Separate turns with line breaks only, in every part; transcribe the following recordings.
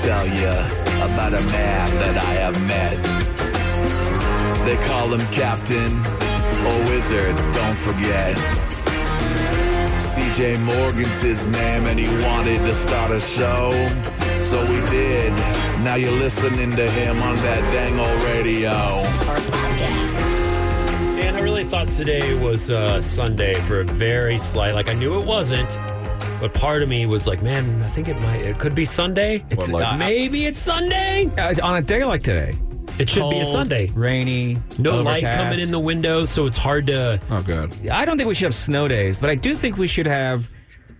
tell you about a man that I have met. They call him Captain or Wizard, don't forget. CJ Morgan's his name, and he wanted to start a show. So we did. Now you're listening to him on that dang old radio.
Oh,
Man, I really thought today was uh, Sunday for a very slight. Like I knew it wasn't, but part of me was like, man, I think it might. It could be Sunday.
It's-
Or like,
uh,
maybe it's Sunday.
Uh, on a day like today.
It should be a
Cold,
Sunday.
Rainy.
No light
overcast.
coming in the window, so it's hard to.
Oh, God.
I don't think we should have snow days, but I do think we should have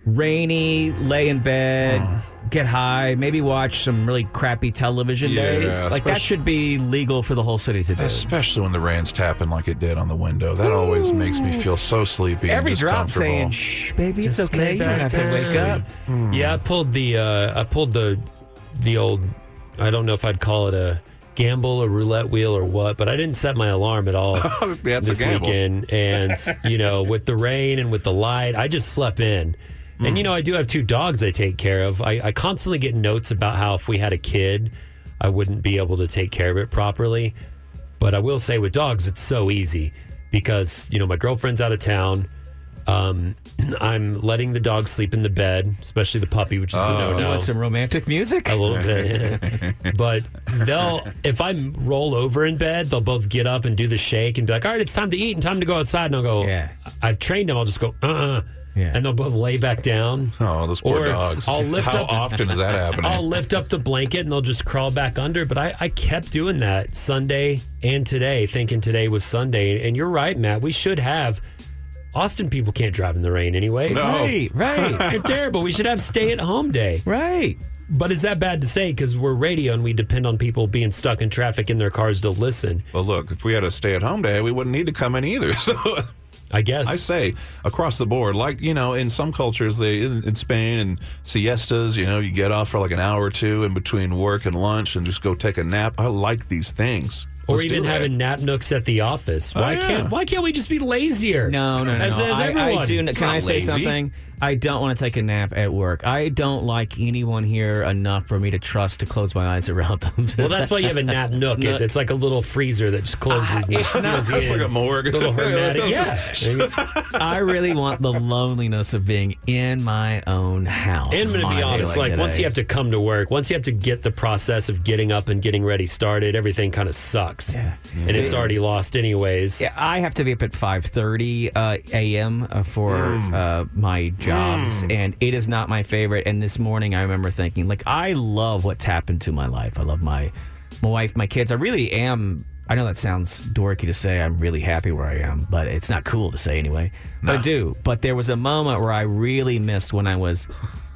rainy, lay in bed, get high, maybe watch some really crappy television
Yeah,
days. Like that
especially-
should be legal for the whole city to do.
Especially when the rain's tapping like it did on the window. That always makes me feel so sleepy. and
Every
just
drop
comfortable.
saying, "Shh, baby, it's
Just lay
okay. You don't
back
have to
down.
wake up."
Hmm.
Yeah, I pulled the. Uh, I pulled the, the old. I don't know if I'd call it a gamble, a roulette wheel, or what, but I didn't set my alarm at all.
That's
this
a gamble.
weekend, and you know, with the rain and with the light, I just slept in.
Hmm.
And you know, I do have two dogs I take care of. I, I constantly get notes about how if we had a kid, I wouldn't be able to take care of it properly. But I will say, with dogs, it's so easy because you know my girlfriend's out of town. Um, I'm letting the dog sleep in the bed, especially the puppy, which is a no-no
You want some romantic music?
a little bit. but they'll, if I roll over in bed, they'll both get up and do the shake and be like, all right, it's time to eat and time to go outside. And I'll go,
Yeah.
I've trained them. I'll just go, uh uh
Yeah.
And they'll both lay back down.
Oh, those poor
Or
dogs.
I'll lift
How
up-
often is that happening?
I'll lift up the blanket and they'll just crawl back under. But I, I kept doing that Sunday and today, thinking today was Sunday. And you're right, Matt. We should have. Austin people can't drive in the rain anyways.
No.
Right, right,
They're terrible. We should have stay at home day.
right.
But is that bad to say? Because we're radio and we depend on people being stuck in traffic in their cars to listen.
Well, look, if we had a stay at home day, we wouldn't need to come in either. So
I guess.
I say across the board, like, you know, in some cultures, they in, in Spain and siestas, you know, you get off for like an hour or two in between work and lunch and just go take a nap. I like these things.
or
Let's do
even
that.
having nap nooks at the office.
Oh,
Why
yeah.
can't Why can't we just be lazier?
No, no, no.
As,
no.
as
I,
everyone.
I do. Can I say
lazy.
something? I don't want to take a nap at work. I don't like anyone here enough for me to trust to close my eyes around them.
Well, that's why you have a nap nook. It- it's like a little freezer that just closes. and
it's not-
seals
That's
in.
like a morgue.
little hermetic.
That's
yeah.
I really want the loneliness of being in my own house.
And I'm
on
going
a day
to be honest, like once
today.
you have to come to work, once you have to get the process of getting up and getting ready started, everything kind of sucks.
Yeah.
And it's already lost anyways.
Yeah, I have to be up at 5:30 uh, a.m. Uh, for uh, my jobs, and it is not my favorite. And this morning, I remember thinking, like, I love what's happened to my life. I love my my wife, my kids. I really am. I know that sounds dorky to say. I'm really happy where I am, but it's not cool to say anyway. But I do. But there was a moment where I really missed when I was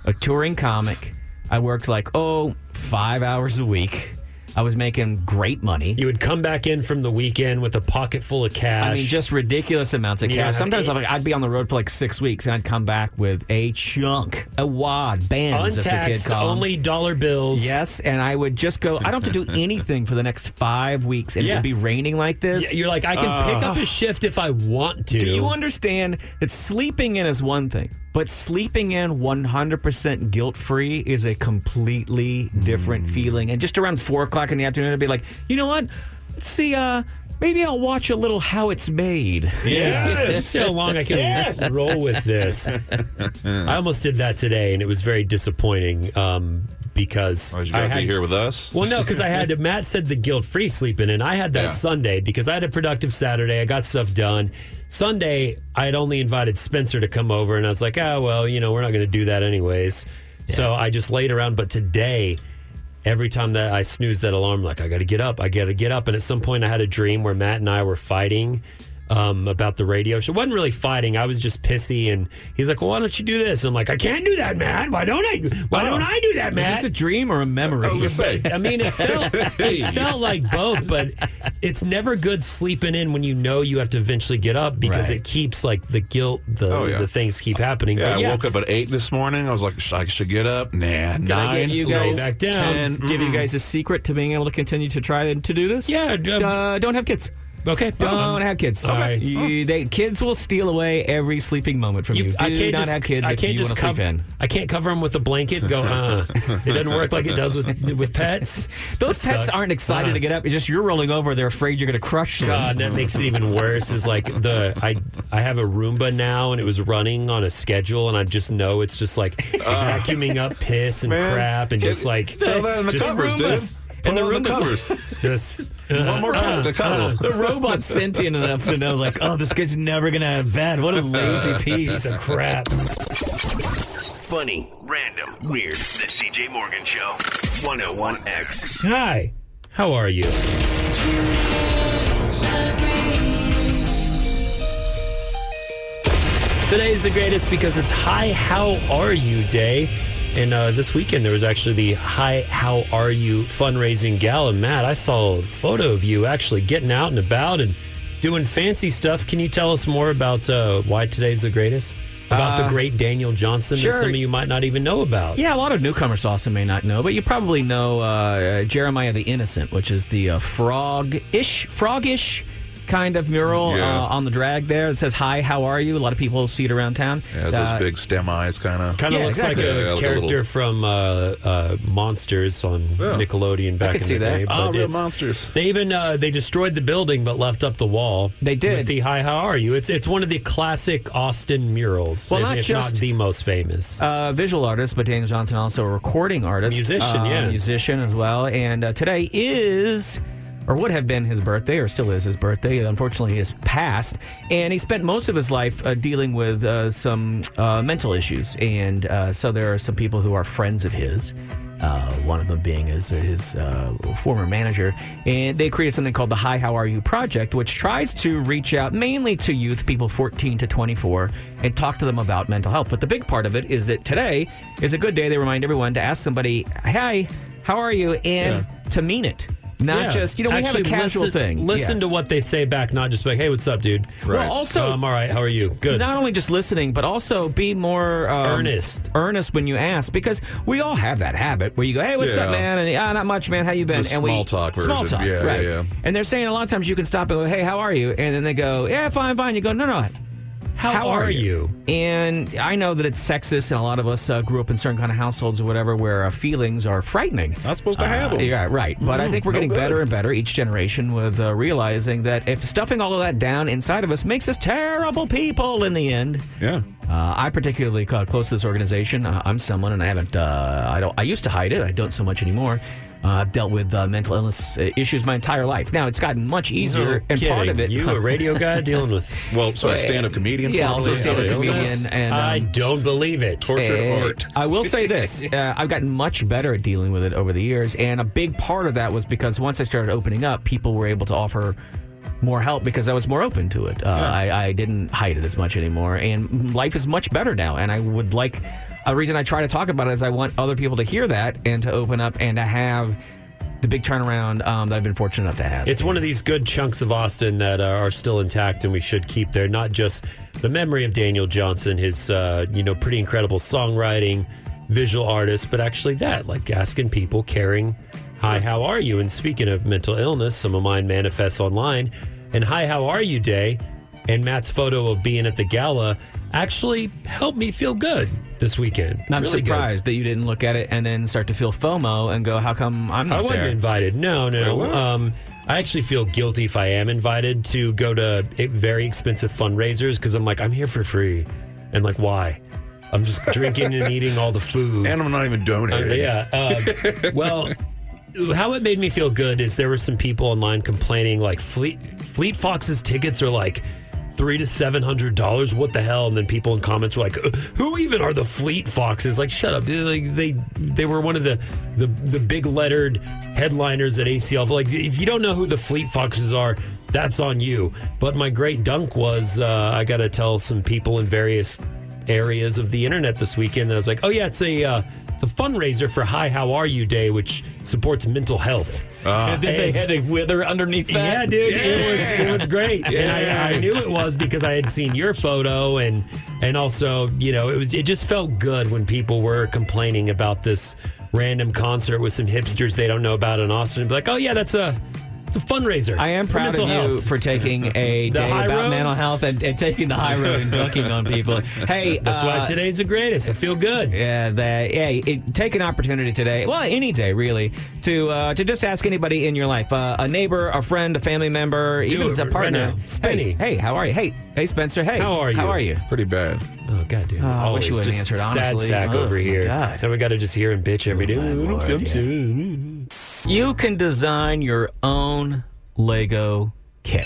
a touring comic. I worked like oh five hours a week. I was making great money.
You would come back in from the weekend with a pocket full of cash.
I mean, just ridiculous amounts of
You don't
cash.
have
Sometimes
any-
I'm like, I'd be on the road for like six weeks, and I'd come back with a chunk, a wad, bands, as the
untaxed,
kid called.
only dollar bills.
Yes, and I would just go. I don't have to do anything for the next five weeks, and
Yeah.
it'd be raining like this.
Y- You're like, I can pick up a shift if I want to.
Uh. do you understand that sleeping in is one thing, but sleeping in 100% guilt free is a completely different
Mm.
feeling. And just around four o'clock in the afternoon, I'd be like, you know what? Let's see. Uh, maybe I'll watch a little How It's Made.
Yes. so long I can roll with this. I almost did that today, and it was very disappointing um, because
Oh, you
I
gotta
had
be here with us.
Well, no, because I had to. Matt said the guilt free sleeping, and I had that
Yeah.
Sunday because I had a productive Saturday. I got stuff done. Sunday, I had only invited Spencer to come over, and I was like, oh, well, you know, we're not going to do that anyways. So I just laid around. But today, every time that I snooze that alarm, like, I got to get up, I got to get up. And at some point, I had a dream where Matt and I were fighting. Um, about the radio show. wasn't really fighting. I was just pissy, and he's like, well, "Why don't you do this?" I'm like, "I can't do that, Matt. Why don't I? Why don't I do that, Matt?"
Is this a dream or a memory?
Oh,
I was gonna say,
I mean, it felt it felt like both, but it's never good sleeping in when you know you have to eventually get up because
Right.
it keeps like the guilt, the
Oh, yeah.
the things keep happening.
yeah,
But
I woke up at eight this morning. I was like, "Sh- I should get up. Nah, nine.
I give you
lay
guys
back down.
ten,
give you guys a secret to being able to continue to try to do this?
Yeah, Uh-uh. d- um,
Uh, don't have kids.
Okay. Um,
Don't have kids.
Sorry.
You- they, kids will steal away every sleeping moment from you. Do not have kids
Oh. I
if
can't
you
just
want to
cover,
sleep in.
I can't cover them with a blanket. And go, uh, it doesn't work like it does with with pets.
Those
That
pets
sucks.
aren't excited
Uh-uh.
to get up. It's just you're rolling over. They're afraid you're going to crush them.
God, that makes it even worse. Is like the I I have a Roomba now, and it was running on a schedule, and I just know it's just like vacuuming up piss and
Man,
crap, and
get-
just like
throw that in the
just-
covers, dude.
just-
Put
and
it
the Uh-huh.
on the
Roomba's like-
covers.
just uh,
One more cuddle to cuddle.
The robot's sentient enough to know, like, oh, this guy's never going to have bed. What a lazy piece of
uh, crap.
Funny, random, weird. The CJ Morgan Show. 101X.
Hi, how are you? Today's the greatest because it's Hi, How Are You Day. And uh, this weekend there was actually the Hi, How Are You fundraising gala. Matt, I saw a photo of you actually getting out and about and doing fancy stuff. Can you tell us more about uh, why today's the greatest? About the great Daniel Johnson
sure.
that some of you might not even know about.
Yeah, a lot of newcomers to Austin may not know, but you probably know uh, uh, Jeremiah the Innocent, which is the uh, frog-ish, frog-ish kind of mural
Yeah.
uh, on the drag there. It says, "Hi, how are you?" A lot of people see it around town.
It has
Uh,
those big stem eyes, kind of.
Kind of
Yeah,
looks
exactly.
like a
Yeah, like a
character
little-
from uh, uh, Monsters on Nickelodeon back
could
in
see
the
that.
day.
Ah,
but
real
it's-
monsters.
They even uh, they destroyed the building, but left up the wall.
They did.
With the "Hi, how are you?" It's it's one of the classic Austin murals.
Well,
if,
not
if
just-
not the most famous.
uh, visual artist, but Daniel Johnson also a recording artist,
Musician,
uh,
yeah.
musician as well. And uh, today is, or would have been his birthday, or still is his birthday. Unfortunately, he has passed, and he spent most of his life uh, dealing with uh, some uh, mental issues. And uh, so there are some people who are friends of his. Uh, one of them being his, his uh, former manager, and they created something called the Hi How Are You Project, which tries to reach out mainly to youth, people 14 to 24, and talk to them about mental health. But the big part of it is that today is a good day. They remind everyone to ask somebody, "Hi, how are you?" and to mean it, not
Yeah.
just you know
Actually,
we have a casual
listen,
thing.
Listen
Yeah.
to what they say back, not just like, "Hey, what's up, dude?"
Well, also-
"Oh, I'm all right. How are you? Good.
not only just listening, but also be more um,
Earnest.
Earnest when you ask, because we all have that habit where you go, "Hey, what's
Yeah.
up, man?" and "Ah, not much, man. How you been?"
The
and we
small talk version.
small talk,
Yeah, yeah,
right?
yeah.
And they're saying a lot of times you can stop and go, "Hey, how are you?" And then they go, "Yeah, fine, fine." You go, "No, no."
how, are, you?
And I know that it's sexist, and a lot of us uh, grew up in certain kind of households or whatever where uh, feelings are frightening. Uh,
Not supposed to have 'em.
Yeah, right. But
Mm,
I think we're
no
getting
good.
better and better each generation with uh, realizing that if stuffing all of that down inside of us makes us terrible people in the end.
Yeah.
Uh, I particularly got close to this organization. Uh, I'm someone, and I haven't. Uh, I don't. I used to hide it. I don't so much anymore. Uh, I've dealt with uh, mental illness uh, issues my entire life. Now it's gotten much easier,
No
and part
kidding.
of it.
You a radio guy dealing with?
Well, so a stand-up comedian.
yeah,
formerly,
also
is that
stand-up
what it is?
comedian. and,
I
um,
don't believe it.
Tortured
Eh,
art.
I will say this: uh, I've gotten much better at dealing with it over the years, and a big part of that was because once I started opening up, people were able to offer more help because I was more open to it. Uh, I, I didn't hide it as much anymore, and life is much better now. And I would like a reason I try to talk about it is I want other people to hear that and to open up and to have the big turnaround um, that I've been fortunate enough to have.
It's one of these good chunks of Austin that uh, are, are still intact, and we should keep there. Not just the memory of Daniel Johnson, his uh, you know pretty incredible songwriting, visual artist, but actually that, like asking people, caring, "Hi, how are you?" And speaking of mental illness, some of mine manifests online, and "Hi, how are you?" Day, and Matt's photo of being at the gala actually helped me feel good this weekend.
And I'm
Really good.
surprised that you didn't look at it and then start to feel FOMO and go, "How come I'm not
I wasn't
there?"
invited. No, no.
Wait, what?
um, I actually feel guilty if I am invited to go to eh, very expensive fundraisers because I'm like, I'm here for free. And like, why? I'm just drinking and eating all the food.
And I'm not even donating.
Uh, Yeah. Uh, well, how it made me feel good is there were some people online complaining like Fleet Fleet Fox's tickets are like three to seven hundred dollars. What the hell? And then people in comments were like, "Uh, "Who even are the Fleet Foxes?" Like, shut up. They- Like they they were one of the the the big lettered headliners at ACL. Like, if you don't know who the Fleet Foxes are. That's on you. But my great dunk was uh, I got to tell some people in various areas of the internet this weekend. And I was like, oh yeah, it's a uh, it's a fundraiser for Hi How Are You Day, which supports mental health.
And then they had a wither underneath that.
yeah, dude, it was it was great, and I, I knew it was because I had seen your photo, and and also you know it was it just felt good when people were complaining about this random concert with some hipsters they don't know about in Austin. Be like, oh yeah, that's a It's a fundraiser.
I am
for
proud
mental
of you
health.
for taking a
The
day
high
about
road?
mental health and, and taking the high road and dunking on people. Hey, uh,
That's why today's the greatest. I feel good.
Yeah, that yeah. It, take an opportunity today, well, any day really, to uh, to just ask anybody in your life, uh, a neighbor, a friend, a family member, even
it
a
right
partner.
now. Spenny.
Hey, hey, how are you? Hey, hey, Spencer. Hey,
How are you?
How are you?
Pretty bad.
Oh god damn! it.
I wish
Always
you would've
just
answered honestly.
Sad sack
Oh,
over
my
here.
God.
And we got to just hear him bitch every day. "Oh, I don't feel so-"
You can design your own Lego kit.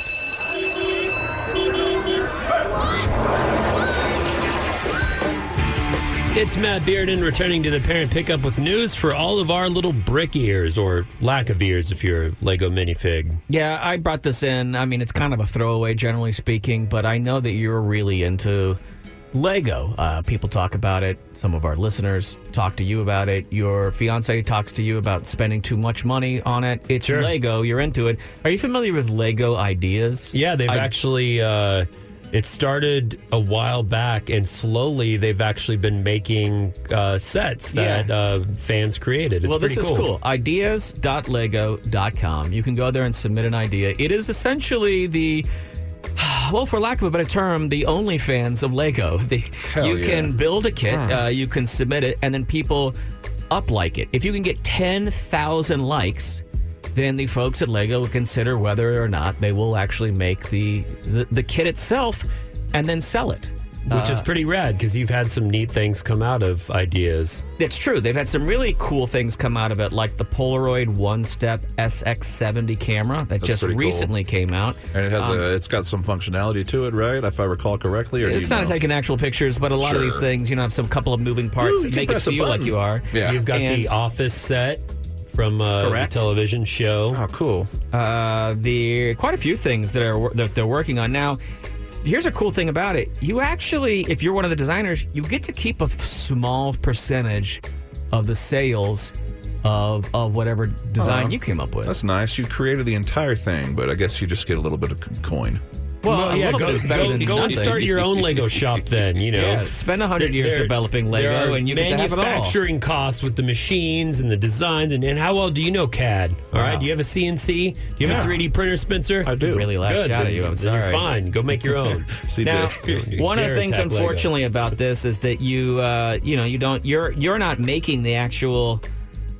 It's Matt Bearden returning to the parent pickup with news for all of our little brick ears or lack of ears if you're a Lego minifig.
Yeah, I brought this in. I mean, it's kind of a throwaway, generally speaking, but I know that you're really into Lego. Uh, people talk about it. Some of our listeners talk to you about it. Your fiance talks to you about spending too much money on it. It's
Sure.
Lego. You're into it. Are you familiar with Lego ideas?
Yeah, they've
I-
actually. Uh, it started a while back, and slowly they've actually been making uh, sets that
Yeah.
uh, fans created. It's
well, this
pretty
is cool. Ideas.lego.com. You can go there and submit an idea. It is essentially the well, for lack of a better term, the OnlyFans of Lego. The, you
yeah.
can build a kit, uh, you can submit it, and then people up like it. If you can get ten thousand likes, then the folks at Lego will consider whether or not they will actually make the the, the kit itself and then sell it.
which is pretty rad because you've had some neat things come out of ideas.
It's true. They've had some really cool things come out of it, like the Polaroid One Step SX70 camera that just
pretty cool.
recently came out.
And it has a, it's got some functionality to it, right? If I recall correctly, or do
Um, It's
you
not
know?
taking actual pictures, but a lot of these
Sure.
things, you know, have some couple of moving parts
Ooh, you
that
can
make it
press a
feel like
button.
you are.
Yeah.
You've got
And-
the office set from uh, the
Correct.
television show.
Oh, cool.
Uh, the quite a few things that are that they're working on now. Here's a cool thing about it: you actually, if you're one of the designers, you get to keep a f- small percentage of the sales of of whatever design you came up with.
Uh-huh. That's nice. You created the entire thing, but I guess you just get a little bit of coin.
well,
Oh,
a
yeah,
little
go,
bit is better
go,
than
go and
nothing.
start your own Lego shop then, you know.
Yeah, spend 100 years developing Lego
there are
and you get to have it all.
manufacturing costs with the machines and the designs and, and how well do you know CAD? All right,
Wow.
do you have a CNC? Do you have
Yeah.
a 3D printer, Spencer?
I do.
Really laughed
Good.
out at
then-
you. I'm
then
sorry.
You're fine. Go make your own.
CJ.
Now, one of the
Dare
things
attack Lego.
unfortunately about this is that you, uh, you know, you don't, you're, you're not making the actual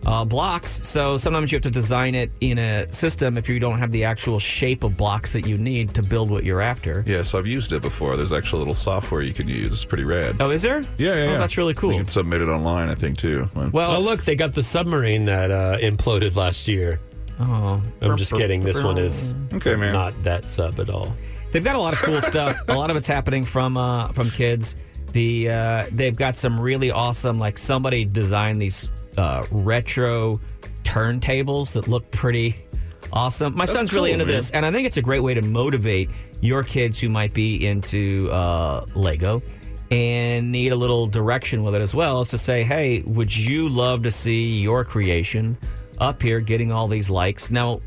uh, blocks. So sometimes you have to design it in a system if you don't have the actual shape of blocks that you need to build what you're after.
yeah, so I've used it before. There's actually little software you can use. It's pretty rad.
Oh, is there?
Yeah, yeah,
Oh,
yeah.
that's really
You
cool.
can submit it online, I think, too.
Oh,
Well,
look, they got the submarine that uh, imploded last year.
oh,
I'm just kidding. This one is
Okay, man.
not that sub at all.
They've got a lot of cool stuff. A lot of it's happening from uh, from kids. The uh, they've got some really awesome. Like somebody designed these uh, retro turntables that look pretty awesome. My son's really
cool,
into
man.
this, and I think it's a great way to motivate your kids who might be into uh, Lego and need a little direction with it as well. Is to say, hey, would you love to see your creation up here getting all these likes? Now,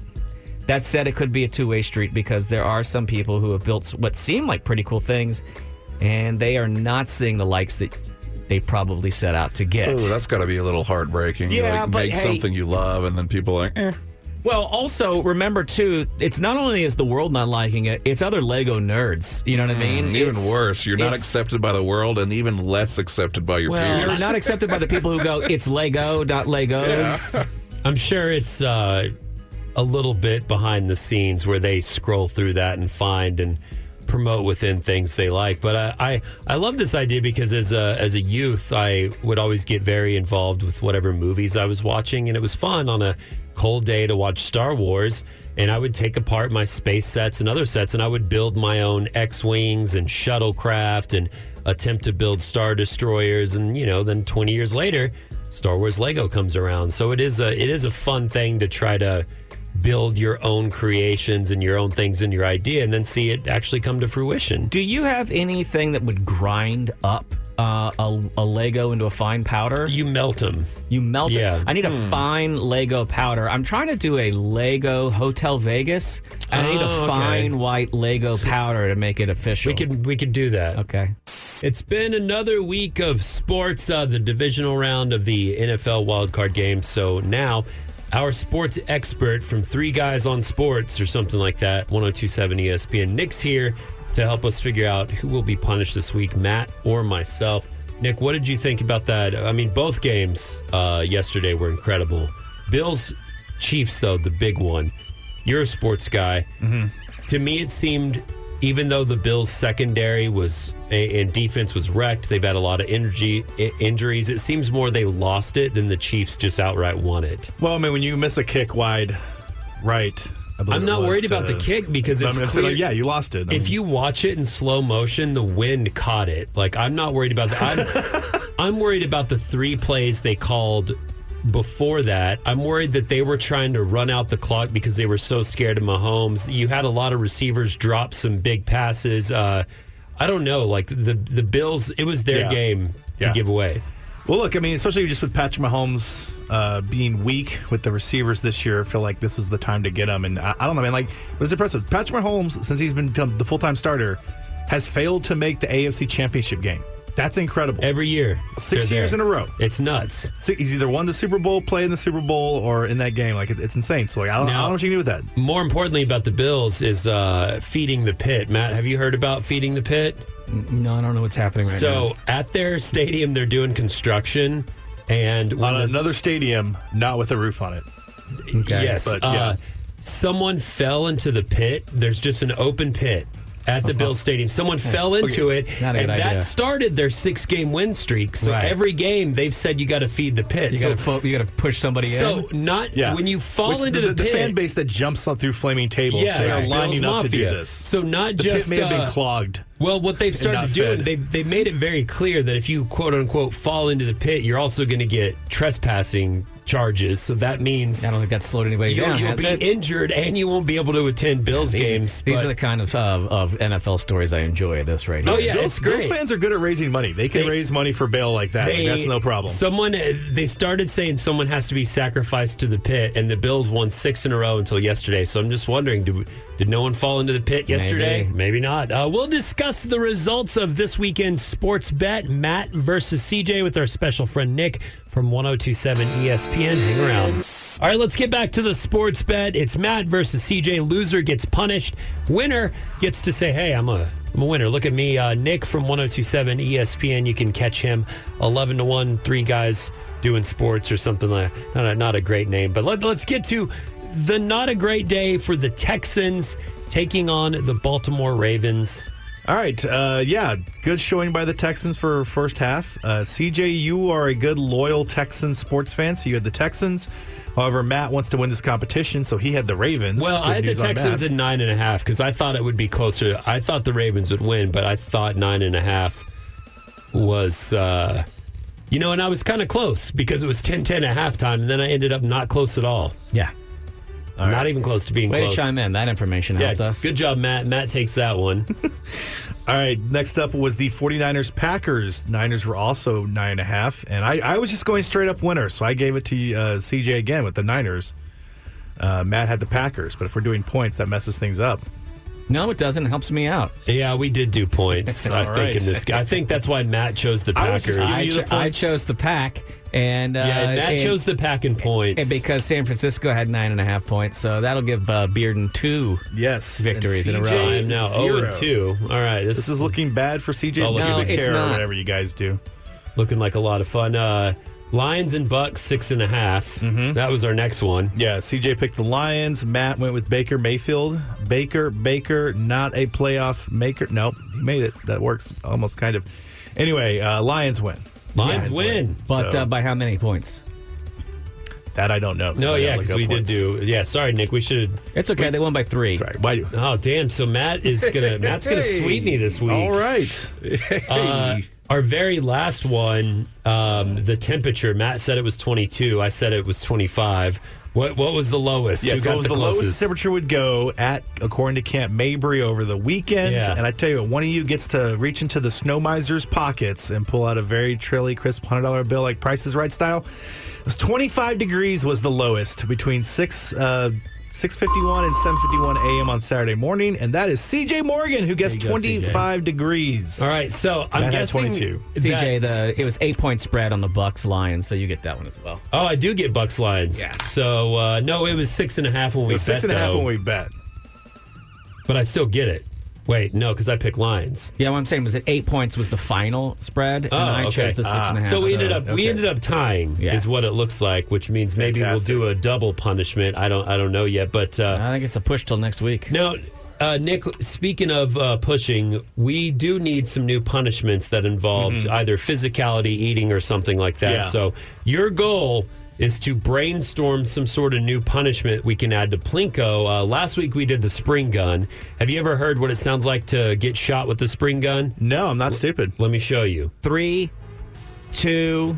that said, it could be a two way street because there are some people who have built what seem like pretty cool things and they are not seeing the likes that they probably set out to get.
Ooh, that's got to be a little heartbreaking. You,
Yeah,
like,
but
make
hey-
something you love, and then people are like, eh.
well, also remember too, it's not only is the world not liking it, it's other Lego nerds. You know what I mean?
Mm, Even
It's-
worse, you're not
it's-
accepted by the world, and even less accepted by your
Well,
peers.
You're not accepted by the people who go, it's Lego, not Legos.
I'm sure it's uh, a little bit behind the scenes where they scroll through that and find and promote within things they like. But I, I, I love this idea because as a as a youth, I would always get very involved with whatever movies I was watching, and it was fun on a cold day to watch Star Wars. And I would take apart my space sets and other sets, and I would build my own X wings and shuttlecraft and attempt to build star destroyers. And you know, then 20 years later, Star Wars Lego comes around. So it is a it is a fun thing to try to build your own creations and your own things and your idea and then see it actually come to fruition.
Do you have anything that would grind up uh, a, a Lego into a fine powder?
You melt them.
You melt
Yeah.
it. I need a fine Lego powder. I'm trying to do a Lego Hotel Vegas. I need
Oh,
a
okay.
fine white Lego powder to make it official.
We could we could do that.
Okay.
It's been another week of sports, uh, the divisional round of the NFL wildcard game. So now Our sports expert from Three Guys on Sports or something like that, 1027 ESPN. Nick's here to help us figure out who will be punished this week, Matt or myself. Nick, what did you think about that? I mean, both games uh, yesterday were incredible. Bills, Chiefs, though, the big one. You're a sports guy to me it seemed even though the Bills secondary was and defense was wrecked, they've had a lot of energy i- injuries. It seems more they lost it than the Chiefs just outright won it.
Well, I mean, when you miss a kick wide, right? I believe
I'm
it
not
was
worried about
to-
the kick because
I
it's
mean,
clear-
like, yeah, you lost it. I
If
mean,
you watch it in slow motion, the wind caught it. Like I'm not worried about that. I'm, I'm worried about the three plays they called before that. I'm worried that they were trying to run out the clock because they were so scared of Mahomes. You had a lot of receivers drop some big passes. Uh, I don't know. Like the the Bills, it was their
Yeah.
game to
Yeah.
give away.
well, look, I mean, especially just with Patrick Mahomes uh, being weak with the receivers this year, I feel like this was the time to get him. And I, I don't know, man. Like, but it's impressive. Patrick Mahomes, since he's been become the full time starter, has failed to make the AFC Championship game. That's incredible.
Every year,
Six
they're
years
there.
in a row.
It's nuts.
Si- He's either won the Super Bowl, played in the Super Bowl, or in that game. Like, it, it's insane. So, like, I don't, I
Now-
don't know what you can do with that.
More importantly about the Bills is uh, feeding the pit. Matt, have you heard about feeding the pit?
No, I don't know what's happening right now.
So at their stadium, they're doing construction, and when
On
the-
another stadium, not with a roof on it.
Okay.
yes,
but,
uh,
yeah.
someone fell into the pit. There's just an open pit at the
Uh-huh.
Bills Stadium. Someone fell into it,
Not a
and
good
that
idea.
started their six-game win streak. So
Right.
every game, they've said you got to feed the pit.
you
so
gotta fo- you gotta push somebody
so
in.
not
Yeah.
when you fall
Which-
into the,
the
pit.
fan base that jumps on through flaming tables,
yeah,
they
right.
are lining
Bills
up to do
Mafia.
this.
So not
the
just
pit may have been
uh,
clogged.
Well, what they've started
not
doing,
fed.
they've they've made it very clear that if you quote unquote fall into the pit, you're also going to get trespassing charges. So that means
I don't think that's slowed anybody
you'll,
down.
you'll
has
be
it?
injured and you won't be able to attend Bills
These-
games.
These,
but-
are the kind of, uh, of NFL stories I enjoy. This right
oh
here.
yeah,
Bills,
it's great.
Bills fans are good at raising money. They can
They-
raise money for bail like that. Like,
They-
that's no problem.
Someone uh, they started saying someone has to be sacrificed to the pit, and the Bills won six in a row until yesterday. So I'm just wondering, did, did no one fall into the pit yesterday? Maybe,
Maybe.
not. Uh, we'll discuss the results of this weekend's sports bet, Matt versus CJ, with our special friend Nick from 1027 ESPN. Hang around. All right, let's get back to the sports bet. It's Matt versus CJ. Loser gets punished. Winner gets to say, "Hey, I'm a I'm a winner. Look at me, uh, Nick from 1027 ESPN. You can catch him 11 to 1, three guys doing sports or something like not a, not a great name. But let, let's get to the not a great day for the Texans taking on the Baltimore Ravens.
All right. Uh, yeah, good showing by the Texans for first half. Uh, CJ, you are a good, loyal Texans sports fan, so you had the Texans. However, Matt wants to win this competition, so he had the Ravens.
Well,
Good
I had the
news on
Texans
Matt.
at nine and a half because I thought it would be closer. I thought the Ravens would win, but I thought nine and a half was, uh, you know, and I was kind of close because it was 10 10 at halftime, and then I ended up not close at all.
yeah.
Not even close to being
Way
close.
to chime in. That information
yeah,
helped us.
good job, Matt. Matt takes that one.
All right, next up was the 49ers Packers. Niners were also nine and a half, and I, I was just going straight up winner, so I gave it to uh, CJ again with the Niners. Uh, Matt had the Packers, but if we're doing points, that messes things up.
No, it doesn't. It helps me out.
yeah, we did do points. I think
right.
in this, I think that's why Matt chose the
I was
Packers.
just
I,
you the
cho- I
points?
chose the pack, and uh,
yeah, and Matt
and-
chose the pack and points.
and because San Francisco had nine and a half points, so that'll give uh, Bearden two.
Yes,
Victories in a row. Oh
CJ
I'm now
uh, zero.
0 and 2. All right, this,
This is looking bad for CJ's
Oh,
oh,
no, it's
care
not.
or whatever you guys do.
looking like a lot of fun. Uh, Lions and Bucks, six and a half. That was our next one.
Yeah, CJ picked the Lions. Matt went with Baker Mayfield. Baker, Baker, not a playoff maker. Nope, he made it. That works almost kind of. Anyway, uh, Lions win.
Lions win.
But
So-
uh, by how many points?
That I don't know.
No,
I
yeah,
gotta look
because
up
we
points.
did do. Yeah, sorry, Nick. We should.
It's okay. they won by three.
Sorry, why do?
Oh, damn. So Matt is gonna. Matt's gonna sweet me this week.
All right.
Uh, our very last one, um, the temperature. Matt said it was 22. I said it was 25. What what was the lowest?
Yeah,
Who
so
got
it was the, lowest
closest?
temperature would go at, according to Camp Mabry, over the weekend.
Yeah.
And I tell you, what, one of you gets to reach into the snow miser's pockets and pull out a very trilly, crisp hundred dollar bill, like Price is Right style. It was twenty five degrees was the lowest between six. Uh, 6:51 and 7:51 a.m. on Saturday morning, and that is C.J. Morgan who gets
There you go, CJ.
25 degrees.
All right, so I'm
Matt had
guessing
22.
CJ,
that-
the it was eight point spread on the Bucks Lions, so you get that one as well.
oh, I do get Bucks lines.
Yeah.
So uh, no, it was six and a half when we
It's
bet,
six and a half
though,
when we bet.
but I still get it. Wait, no, because I pick lines.
Yeah, what I'm saying was that eight points was the final spread,
Oh,
and I
okay.
chose the six and a half.
So we ended up we
okay.
ended up tying
Yeah.
is what it looks like, which means maybe
Fantastic.
we'll do a double punishment. I don't I don't know yet, but uh,
I think it's a push till next week.
Now, uh, Nick, speaking of uh, pushing, we do need some new punishments that involve
Mm-hmm.
either physicality, eating, or something like that.
Yeah.
So, your goal is to brainstorm some sort of new punishment we can add to Plinko. Uh, last week we did the spring gun. Have you ever heard what it sounds like to get shot with the spring gun?
No, I'm not stupid.
Let me show you.
Three, two.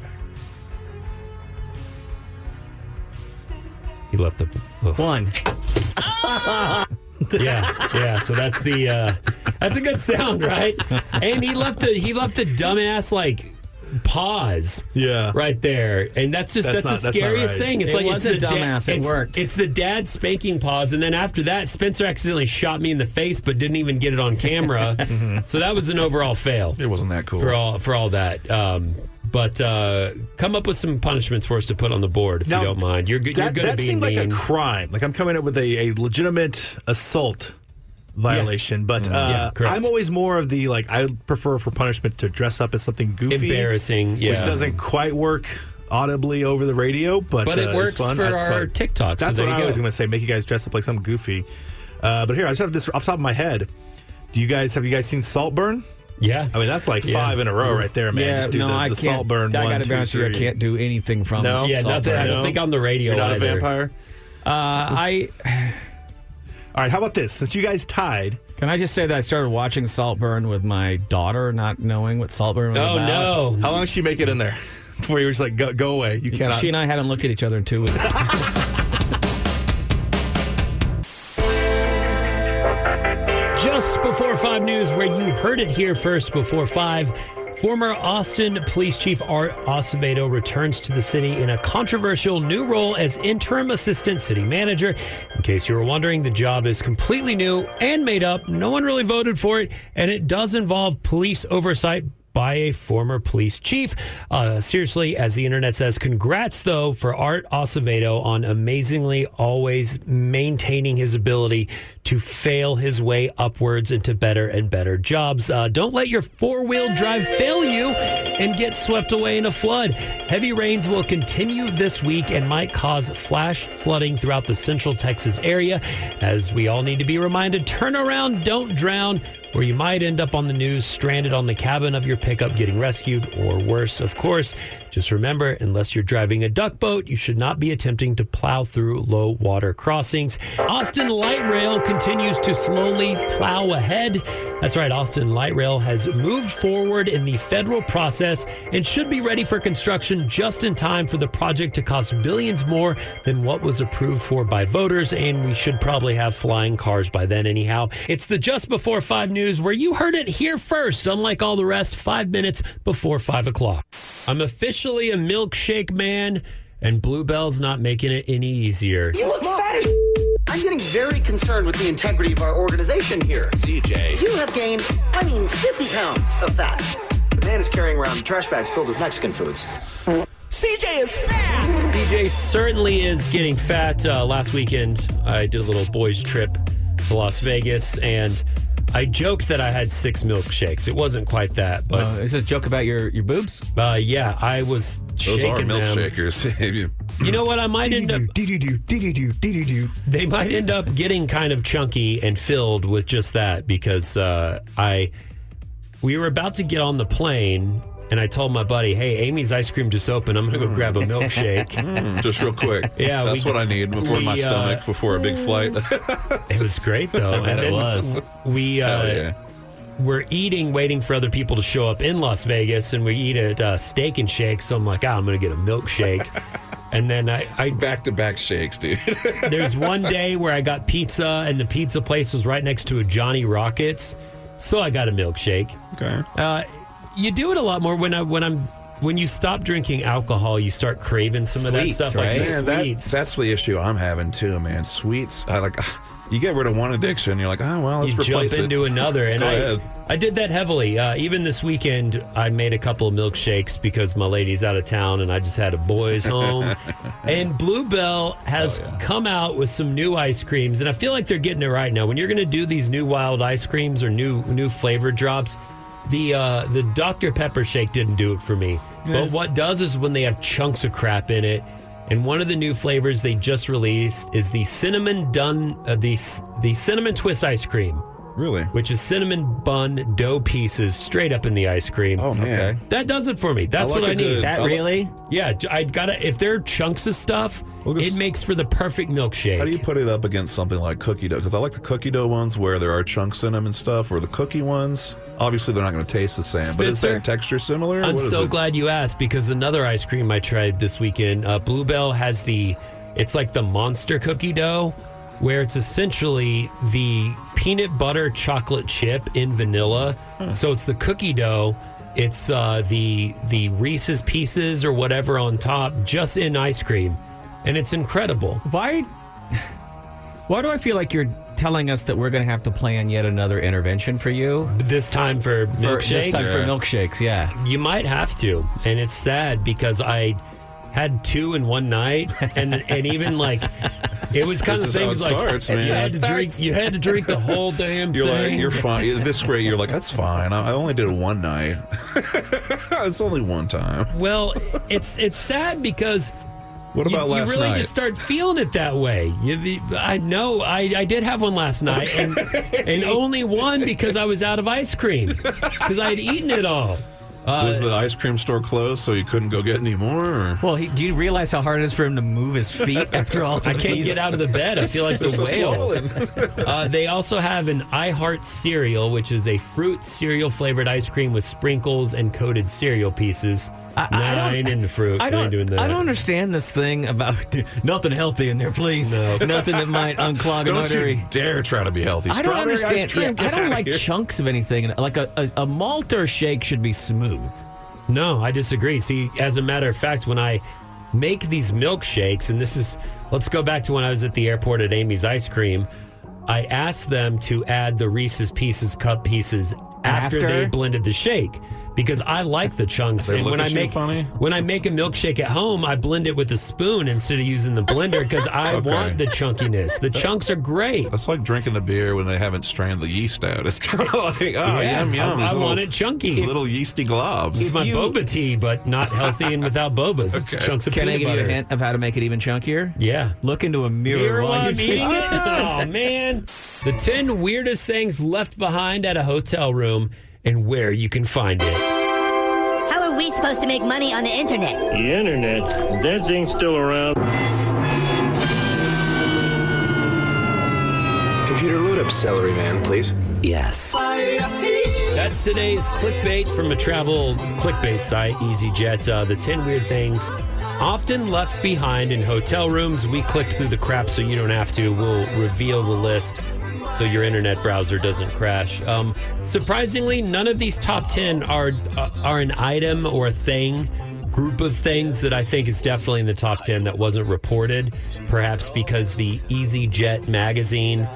He left the. oh.
One.
Yeah, yeah. So that's the uh, that's a good sound, right? And he left the he left the dumbass like pause.
Yeah.
right there, and that's just that's,
That's
the
not- that's not
scariest
right.
thing. It's
It
like
was
it's
a
the
dumbass. It
it's-
worked.
It's the dad spanking pause, and then after that, Spencer accidentally shot me in the face, but didn't even get it on camera. So that was an overall fail
It wasn't that cool.
for all for all that. Um, but uh, come up with some punishments for us to put on the board if
Now,
you don't mind. You're good. You're
That,
good at
that
being
seemed like
mean.
a crime. Like I'm coming up with a, a legitimate assault violation, but uh,
Mm, correct.
I'm always more of the like I prefer for punishment to dress up as something goofy,
embarrassing. Yeah.
which doesn't quite work audibly over the radio, but
But it
uh,
works
it's fun.
for
I- so
our
I-
TikTok.
That's
so there
what
you
I
go.
was going to say. Make you guys dress up like some goofy. Uh, but here, I just have this off the top of my head. Do you guys have you guys seen Saltburn?
Yeah.
I mean, that's like
Yeah.
five in a row right there, man. just do the, the Saltburn.
I
one,
gotta be
two,
honest with you, I
three.
can't do anything from
No?
yeah,
Saltburn.
nothing. I don't
No.
think on the radio.
You're not
either.
a vampire.
Uh, I
All right, how about this? Since you guys tied,
can I just say that I started watching Saltburn with my daughter, not knowing what Saltburn was
Oh
about.
no.
how long did she make it in there? Before you were just like, go, go away. You cannot.
She and I haven't looked at each other in two weeks.
Just before 5 news, where you heard it here first before 5, former Austin Police Chief Art Acevedo returns to the city in a controversial new role as interim assistant city manager. In case you were wondering, the job is completely new and made up. No one really voted for it, and it does involve police oversight. By a former police chief. Uh, seriously, as the internet says, congrats though for Art Acevedo on amazingly always maintaining his ability to fail his way upwards into better and better jobs. Uh, don't let your four wheel drive fail you and get swept away in a flood. Heavy rains will continue this week and might cause flash flooding throughout the central Texas area. As we all need to be reminded, turn around, don't drown. Or you might end up on the news stranded on the cabin of your pickup getting rescued, or worse, of course. Just remember, unless you're driving a duck boat, you should not be attempting to plow through low water crossings. Austin Light Rail continues to slowly plow ahead. That's right, Austin Light Rail has moved forward in the federal process and should be ready for construction just in time for the project to cost billions more than what was approved for by voters, and we should probably have flying cars by then, anyhow. It's the Just Before 5 News where you heard it here first, unlike all the rest, five minutes before 5 o'clock. I'm officially a milkshake man, and Bluebell's not making it any easier.
You look fat as I'm getting very concerned with the integrity of our organization here.
CJ.
You have gained, I mean, 50 pounds of fat. The man is carrying around trash bags filled with Mexican foods.
CJ is fat.
DJ certainly is getting fat. Uh, last weekend, I did a little boys' trip to Las Vegas, and I joked that I had six milkshakes. It wasn't quite that, but
Uh, is this a joke about your, your boobs?
uh, yeah, I was
Uh-huh. Those
shaking
are
them.
milkshakers.
You know what? I might end up. They might end up getting kind of chunky and filled with just that because uh, I. We were about to get on the plane, and I told my buddy, "Hey, Amy's ice cream just opened. I'm gonna go grab a milkshake."
Hmm, Just real quick.
Yeah,
That's
we-
what I need before
we,
my
uh,
stomach, before a big flight.
it was great though, and it was. We uh,
Hell yeah.
we're eating, waiting for other people to show up in Las Vegas, and we eat at uh, Steak and Shake. So I'm like, ah, I'm gonna get a milkshake, and then I, I
Back to back shakes, dude.
There's one day where I got pizza, and the pizza place was right next to a Johnny Rockets, so I got a milkshake.
okay.
Uh, you do it a lot more when I when I'm when you stop drinking alcohol, you start craving some of that
Sweets,
stuff
right?
like the
Man, that,
sweets.
that's the issue I'm having too, man. Sweets, I like. You get rid of one addiction, you're like, oh well, let's
you
replace
jump into
it.
another,
Let's
and
go
I,
ahead.
I did that heavily. Uh, even this weekend, I made a couple of milkshakes because my lady's out of town, and I just had a boys' home. and Bluebell has come out with some new ice creams, and I feel like they're getting it right now. When you're going to do these new wild ice creams or new new flavor drops, the uh, the Dr Pepper shake didn't do it for me. But what does is when they have chunks of crap in it. And one of the new flavors they just released is the cinnamon dun uh, the c- the cinnamon twist ice cream
Really?
which is cinnamon bun dough pieces straight up in the ice cream.
Oh man.
Okay.
That does it for me. That's
like
what
a
I need.
good-
That
I li-
really?
yeah, j- I gotta. If there are chunks of stuff,
Look at
it
s-
makes for the perfect milkshake.
How do you put it up against something like cookie dough? Because I like the cookie dough ones where there are chunks in them and stuff, or the cookie ones. Obviously, they're not going to taste the same, but is
Spitzer?
that texture similar?
I'm
What is
so
it?
glad you asked because another ice cream I tried this weekend, uh, Bluebell has the, it's like the monster cookie dough, where it's essentially the peanut butter chocolate chip in vanilla. So it's the cookie dough. It's uh, the the Reese's pieces or whatever on top, just in ice cream, and it's incredible.
Why? Why do I feel like you're telling us that we're going to have to plan yet another intervention for you?
This time for
For,
milkshakes,
this time for milkshakes, yeah.
You might have to, and it's sad because I had two in one night, and and even like it was kind
This
of
is how
things
it
like
starts,
you
man.
had to
It
drink you had to drink the whole damn
You're
thing.
like, you're fine. At this rate, you're like, that's fine. I I only did it one night. it's only one time.
well, it's it's sad because
What
you,
about
you
last
really
night?
just start feeling it that way. You, I know I, I did have one last night, and, and only one because I was out of ice cream because I had eaten it all.
Was the ice cream store closed so you couldn't go get any more? Or?
Well, he, do you realize how hard it is for him to move his feet after all?
I can't get out of the bed. I feel like the
So
whale.
swollen.
Uh, they also have an I Heart cereal, which is a fruit cereal flavored ice cream with sprinkles and coated cereal pieces.
I- I don't-
Nine in the fruit.
I
We ain't
don't,
doing that.
I don't understand this thing about nothing healthy in there, please.
No.
Nothing that might unclog an
Don't
artery.
you dare try to be healthy.
I don't
Strawberry ice
understand.
cream?
yeah, I
Get
don't
outta
like
here.
chunks of anything. Like a, a, a malt or shake should be smooth.
No, I disagree. See, as a matter of fact, when I make these milkshakes, and this is, let's go back to when I was at the airport at Amy's Ice Cream. I asked them to add the Reese's Pieces cup pieces after,
After?
they blended the shake because I like the chunks.
They
and
look
when
at
I
you
make
funny?
when I make a milkshake at home, I blend it with a spoon instead of using the blender because I
Okay.
want the chunkiness. The chunks are great.
That's like drinking a beer when they haven't strained the yeast out. It's kind of like, oh, yum, yum.
I, I
These
want
little-
it chunky.
Little yeasty globs.
it's my
you-
boba tea, but not healthy and without bobas. It's
Okay.
chunks of
Can I
peanut
give
butter.
you a hint of how to make it even chunkier?
Yeah.
Look into a mirror,
Beer
while
while
you're
I'm eating
taking
it? Oh man. The 10 weirdest things left behind at a hotel room and where you can find it.
How are we supposed to make money on the internet?
The internet, that thing's still around.
Computer load up Celery Man, please.
Yes.
That's today's clickbait from a travel clickbait site, EasyJet. Uh, the 10 weird things often left behind in hotel rooms. We clicked through the crap so you don't have to. We'll reveal the list so your internet browser doesn't crash. Um, surprisingly, none of these top 10 are, uh, are an item or a thing group of things that I think is definitely in the top 10 that wasn't reported, perhaps because the EasyJet magazine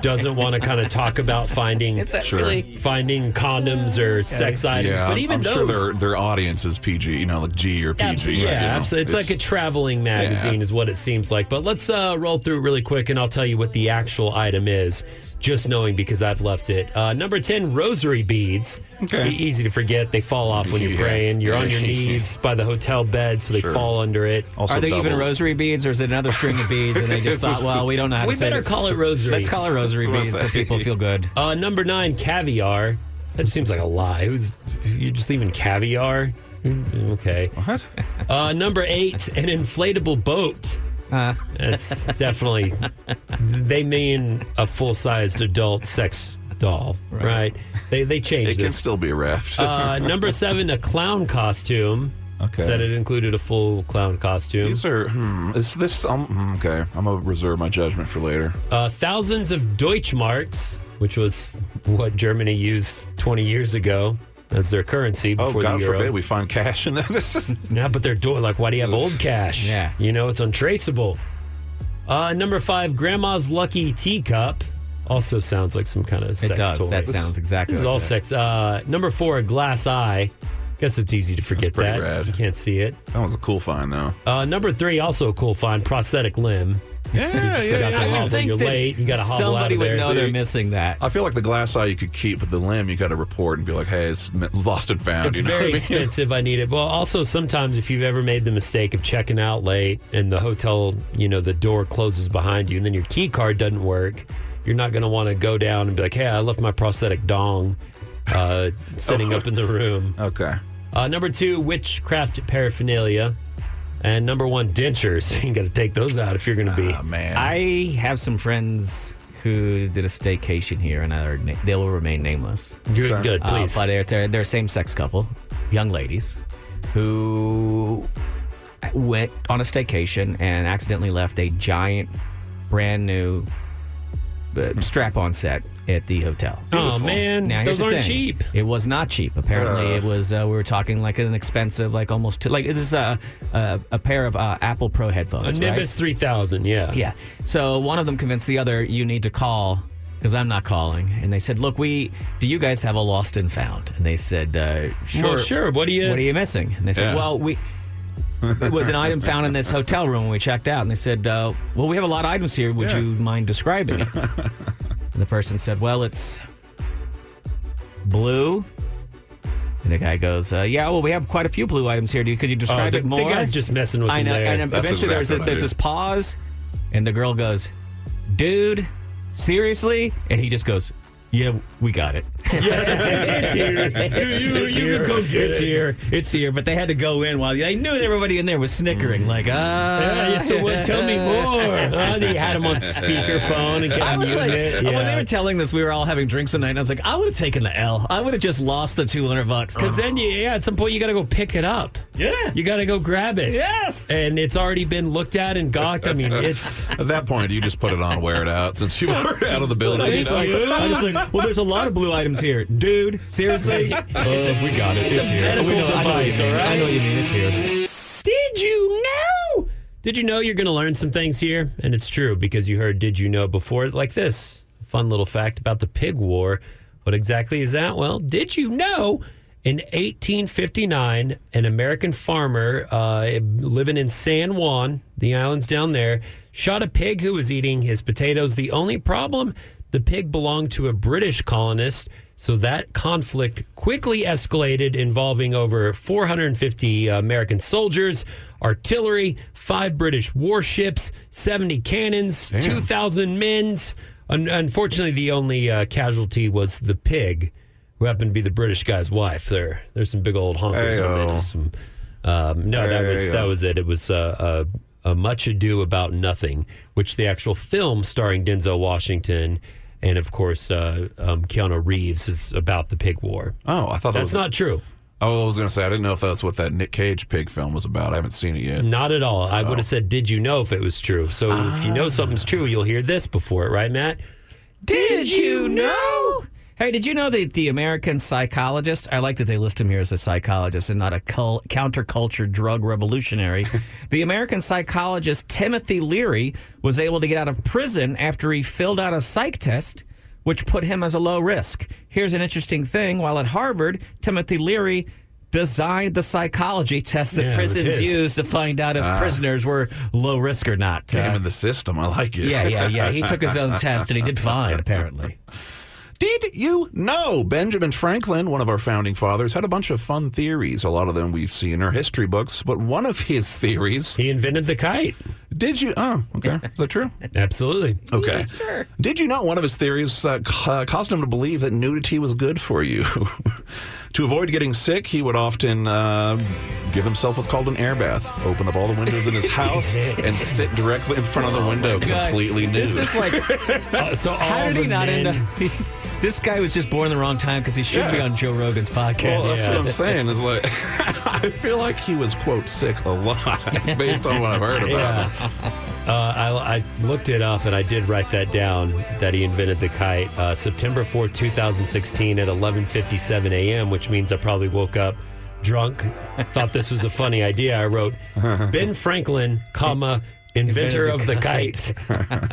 doesn't want to kind of talk about finding
Sure. really-
finding condoms or sex items,
Yeah,
but
I'm-
even
I'm
those
sure their their audience is PG, you know, like G or PG.
Abs-
you
yeah,
know.
absolutely. It's, like a traveling magazine,
Yeah.
is what it seems like. But let's uh, roll through it really quick, and I'll tell you what the actual item is, just knowing because I've left it. Uh, number 10, rosary beads.
Okay.
E- Easy to forget. They fall off when you're
Yeah.
praying. You're on your
Yeah.
knees by the hotel bed, so they
Sure.
fall under it.
also
Are they even
double.
rosary beads, or is it another string of beads? And they just thought, well, we don't know how
We
to say
better
it.
call it rosary.
Let's call it rosary
That's what I
beads so
say.
people feel good.
Uh, number nine, caviar. That just seems like a lie. Who's you're just leaving caviar? Mm, Okay.
What?
Uh, number eight, an inflatable boat. That's definitely. They mean a full-sized adult sex doll, right? They they
It
changed
can
this.
still be a raft.
Uh, number seven, a clown costume.
Okay.
Said it included a full clown costume.
These are. Hmm, is this? Um, hmm, okay, I'm gonna reserve my judgment for later.
uh, thousands of Deutschmarks, which was what Germany used 20 years ago. as their currency
Oh,
before
God
the euro.
forbid we find cash in there. This is
Yeah, but they're doing like, why do you have old cash?
Yeah.
You know, it's untraceable. Uh, number five, Grandma's Lucky Teacup. Also sounds like some kind of sex
It does.
toy.
That sounds exactly
This is
like
all
that.
sex. Uh, number four, a glass eye. Guess it's easy to forget
pretty
that.
rad.
You can't see it.
that was a cool find though.
Uh, number three, also a cool find, prosthetic limb.
Yeah,
forgot to hobble. You're
that
late. You gotta hobble
somebody
out of
would
there.
know
See?
they're missing that.
I feel like the glass eye you could keep, but the limb you got to report and be like, "Hey, it's m- lost and found."
It's
you know
very
what I mean?
expensive. I need it. Well, also sometimes if you've ever made the mistake of checking out late and the hotel, you know, the door closes behind you and then your key card doesn't work, you're not going to want to go down and be like, "Hey, I left my prosthetic dong uh, sitting up in the room."
Okay.
Uh, number two, witchcraft paraphernalia, and number one, dentures. you got to take those out if you're going to be.
Uh,
Ah, man.
I have some friends who did a staycation here, and I na- they will remain nameless.
good, good,
Uh,
please.
but they're, they're, they're a same sex couple, young ladies, who went on a staycation and accidentally left a giant, brand new uh, strap on set at the hotel.
Hmm. oh man,
Now, here's
those
the thing.
aren't cheap.
It was not cheap. Apparently,
Uh.
it was. Uh, we were talking like an expensive, like almost t- like this is a a, a pair of uh, Apple Pro
A
headphones. right?
Nimbus three thousand. Yeah.
Yeah. So one of them convinced the other, you need to call because I'm not calling. And they said, look, we do you guys have a lost and found? And they said, uh, sure.
Well, sure. What do you?
What are you missing? And they said,
Yeah.
well, we. it was an item found in this hotel room when we checked out, and they said, uh, "Well, we have a lot of items here. Would
Yeah.
you mind describing it?" and the person said, "Well, it's blue." And the guy goes, uh, "Yeah, well, we have quite a few blue items here. Do you, could you
Oh,
describe
the,
it
the
more?"
guy's just messing with
I
you
know.
there.
And
That's
eventually there's,
exactly
a,
what I
there's
do.
this pause, and the girl goes, "Dude, seriously?" And he just goes, "Yeah, we got it.
it's here. You, you, you can go get
it's
it.
here. It's here." But they had to go in while they knew that everybody in there was snickering, like, "Ah."
Uh, so what, tell me more. Uh, they had him on speakerphone and
I
kept
was
muting
like,
it.
when they
Yeah.
were telling this, we were all having drinks one night, and I was like, I would have taken the L. I would have just lost the 200 bucks. Because,
Because then, you, yeah, at some point you got to go pick it up.
yeah.
You got to go grab it.
yes.
And it's already been looked at and gawked. I mean, it's.
At that point, you just put it on, wear it out, since you were out of the building.
I
you
just,
know?
like, I just like, well, there's a lot of blue items here. Dude, seriously? Uh, we got it.
it's a medical
We know- I know what you
device,
mean. I
all
know
right?
what you mean. It's here.
Did you know? Did you know you're going to learn some things here? And it's true because you heard Did You Know before, like this. Fun little fact about the pig war. What exactly is that? Well, did you know in 1859, an American farmer uh, living in San Juan, the islands down there, shot a pig who was eating his potatoes. The only problem, the pig belonged to a British colonist. So that conflict quickly escalated, involving over 450 uh, American soldiers, artillery, five British warships, 70 cannons, 2,000 men's. Un- unfortunately, the only uh, casualty was the pig, who happened to be the British guy's wife. There, there's some big old honkers on
Ayo.
that. Just some- um, no, that was
Ayo.
that was it. It was uh, a, a much ado about nothing, which the actual film starring Denzel Washington and of course uh, um, Keanu Reeves is about the pig war.
oh, I thought that
That's
was.
not true.
oh, I was gonna say I didn't know if that's what that Nick Cage pig film was about. I haven't seen it
Mm,
yet.
Not at all. I would have said, "Did you know if it was true?" So if you know something's true, you'll hear this before it, right, Matt?
Did you know? Hey, did you know that the American psychologist, I like that they list him here as a psychologist and not a cul- counterculture drug revolutionary. the American psychologist Timothy Leary was able to get out of prison after he filled out a psych test, which put him as a low risk. Here's an interesting thing while at Harvard, Timothy Leary designed the psychology test that
Yeah, it was
prisons
his.
use to find out if prisoners were low risk or not.
Him
Uh,
in the system. I like it.
yeah, yeah, yeah. He took his own test and he did fine, apparently.
Did you know Benjamin Franklin, one of our founding fathers, had a bunch of fun theories? A lot of them we see in our history books, but one of his theories.
He invented the kite.
Did you? Oh, okay. Is that true?
Absolutely.
Okay. sure. Did you know one of his theories uh, ca- uh, caused him to believe that nudity was good for you? to avoid getting sick, he would often uh, give himself what's called an air bath, open up all the windows in his house, and sit
Oh
directly in front of the window, completely nude.
This is like,
Uh, so all
how did
the
he not
men-
end up? this guy was just born the wrong time because he should
Yeah.
be on Joe Rogan's podcast.
Well,
uh,
that's what I'm saying. Is like, I feel like he was quote sick a lot based on what I've heard about.
Yeah. Uh, I, I looked it up and I did write that down that he invented the kite uh, September 4th, 2016 at 11:57 a.m., which means I probably woke up drunk, thought this was a funny idea. I wrote Ben Franklin, comma inventor of the kite.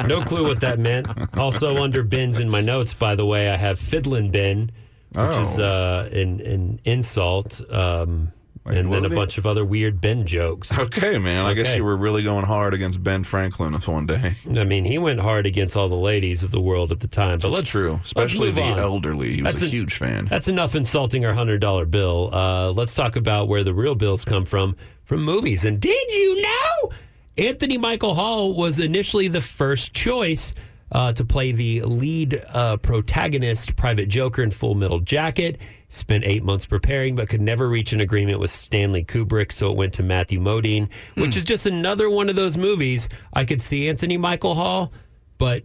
No clue what that meant. Also under Ben's in my notes, by the way, I have Fiddlin' Ben, which is
Oh.
uh, an, an insult. Um,
Like,
and then
what
a
did he-
bunch of other weird Ben jokes.
Okay, man. I guess
Okay.
you were really going hard against Ben Franklin this one day.
I mean, he went hard against all the ladies of the world at the time. But
That's
let's
true,
let's
especially
move
the
on.
elderly. He was
That's
a
an-
huge fan.
That's enough insulting our hundred dollar bill. Uh, let's talk about where the real bills come from from movies. And did you know Anthony Michael Hall was initially the first choice uh, to play the lead uh, protagonist, Private Joker, in Full Metal Jacket? Spent eight months preparing, but could never reach an agreement with Stanley Kubrick, so it went to Matthew Modine, which is just another one of those movies. I could see Anthony Michael Hall, but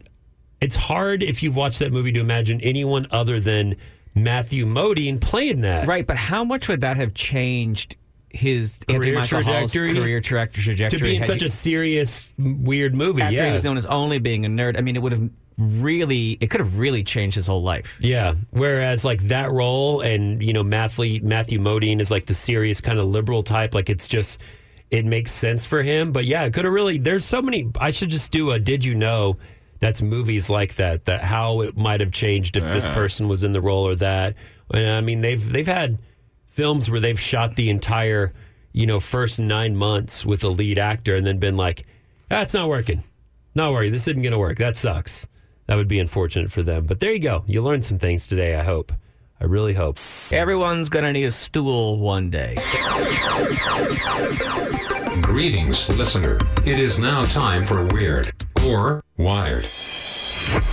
it's hard if you've watched that movie to imagine anyone other than Matthew Modine playing that.
Right, but how much would that have changed his Anthony
Career
Michael Hall's
trajectory?
career track-
To
trajectory?
be in
had
such
you-
a serious, m- weird movie.
after
yeah.
he was known as only being a nerd. I mean, it would have really, it could have really changed his whole life.
yeah. Whereas, like, that role and, you know, Matthew, Matthew Modine is like the serious kind of liberal type. Like, it's just, it makes sense for him. But yeah, it could have really, there's so many. I should just do a did you know that's movies like that, that how it might have changed if this
Yeah.
person was in the role or that. And I mean, they've, they've had, films where they've shot the entire, you know, first nine months with a lead actor and then been like, that's not working. Not worry, this isn't going to work. That sucks. That would be unfortunate for them. But there you go. You learned some things today, I hope. I really hope.
Everyone's gonna need a stool one day.
Greetings, listener. It is now time for Weird or Wired.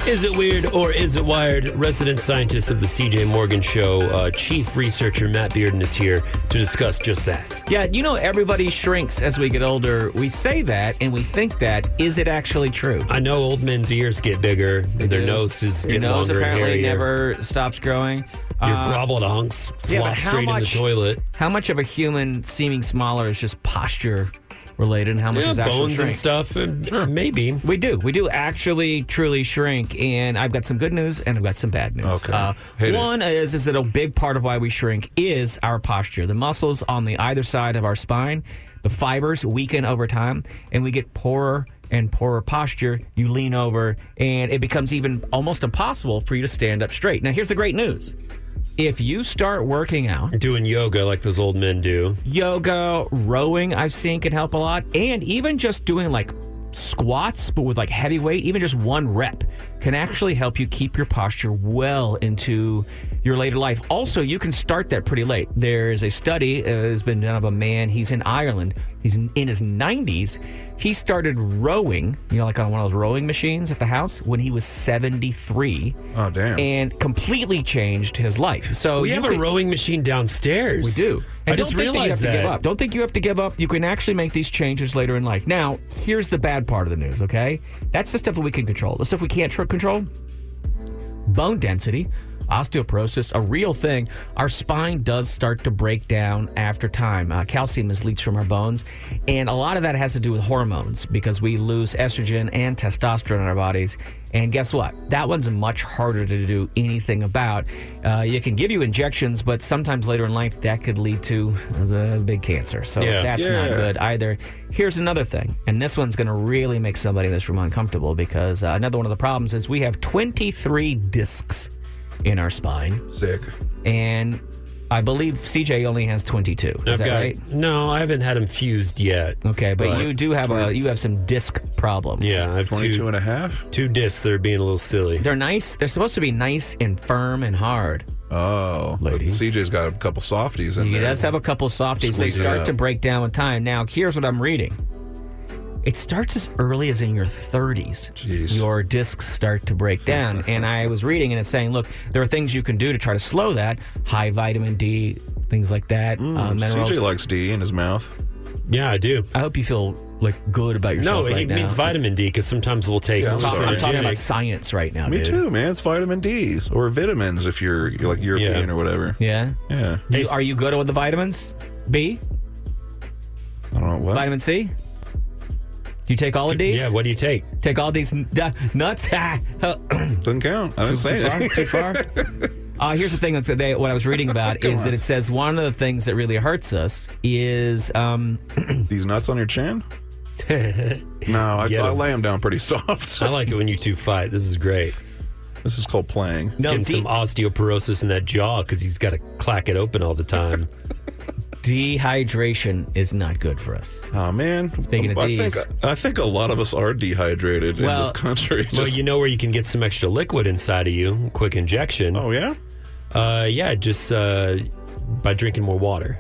Is it weird or is it wired? Resident scientist of the CJ Morgan Show, uh, chief researcher Matt Bearden is here to discuss just that.
Yeah, you know, everybody shrinks as we get older. We say that and we think that. Is it actually true?
I know old men's ears get bigger, and their noses
Your
get
nose
longer and
apparently
hairier.
never stops growing.
Your
Uh,
groveled hunks flop
yeah, but how
straight in the
much-
toilet.
how much of a human seeming smaller is just posture related, and how much
Yeah,
is actual
bones
shrink?
and stuff. and Maybe.
We do. We do actually truly shrink, and I've got some good news and I've got some bad news. Uh,
Okay. Hit it.
one is is that a big part of why we shrink is our posture. The muscles on the either side of our spine, the fibers weaken over time, and we get poorer and poorer posture. You lean over, and it becomes even almost impossible for you to stand up straight. Now, here's the great news: if you start working out
Doing yoga like those old men do.
yoga, rowing, I've seen can help a lot. And even just doing like squats, but with like heavy weight, even just one rep can actually help you keep your posture well into your later life. Also, you can start that pretty late. There's a study uh, has been done of a man, he's in Ireland, he's in, in his 90s. He started rowing, you know, like on one of those rowing machines at the house when he was 73
Oh, damn.
and completely changed his life. So
We
you
have
could-
a rowing machine downstairs.
we do.
I
And
just
don't think that you have
realized
to
that.
give up. Don't think you have to give up. You can actually make these changes later in life. Now, here's the bad part of the news, okay? That's the stuff that we can control. The stuff we can't tr- control bone density, osteoporosis, a real thing. Our spine does start to break down after time. Uh, calcium is leached from our bones, and a lot of that has to do with hormones because we lose estrogen and testosterone in our bodies. And guess what? That one's much harder to do anything about. Uh, it can give you injections, but sometimes later in life that could lead to the big cancer. So
Yeah.
that's not
Yeah.
good good either. Here's another thing, and this one's going to really make somebody in this room uncomfortable because uh, another one of the problems is we have 23 discs in our spine,
Sick.
and I believe CJ only has 22. Is that
Okay.
right? Mm.
No, I haven't had them fused yet.
Okay, but you do have a you have some disc problems.
Yeah, I have
22
two,
and a half?
two discs that are being a little silly.
They're nice. They're supposed to be nice and firm and hard.
Oh. but
Ladies.
CJ's got a couple softies in
He
there.
does have a couple softies. They
Squeeze it
start
out.
to break down with time. Now, here's what I'm reading. It starts as early as in your 30s.
Jeez.
Your discs start to break down. and I was reading and it's saying, look, there are things you can do to try to slow that. High vitamin
Mm,
D, things like that, uh, minerals.
CJ likes D in his mouth.
Yeah, I do.
I hope you feel like good about yourself.
No,
right
he
now.
means vitamin D because sometimes we'll take.
I'm, talking, I'm talking about
Genetics.
science right now.
Me
dude.
too, man. It's vitamin D or vitamins if you're, you're like European or whatever.
Yeah.
Yeah.
You, are you good with the vitamins? B,
I don't know what.
vitamin C. You take all of these?
Yeah, what do you take?
Take all these n- da- nuts. Ah, huh.
Doesn't count. I didn't say
too far.
it.
Too far. Uh, here's the thing that's they, what I was reading about is that it says one of the things that really hurts us is um,
These nuts on your chin? No, I,
Get
I
'em.
lay them down pretty soft.
I like it when you two fight. This is great.
this is called playing.
no
Getting
de-
some osteoporosis in that jaw because he's got to clack it open all the time.
dehydration is not good for us.
Oh man!
Speaking of
I
these-
think I think a lot of us are dehydrated in
Well-
this country.
well,
Just-
you know where you can get some extra liquid inside of you. Quick injection.
oh yeah.
Uh, yeah, just uh, by drinking more water.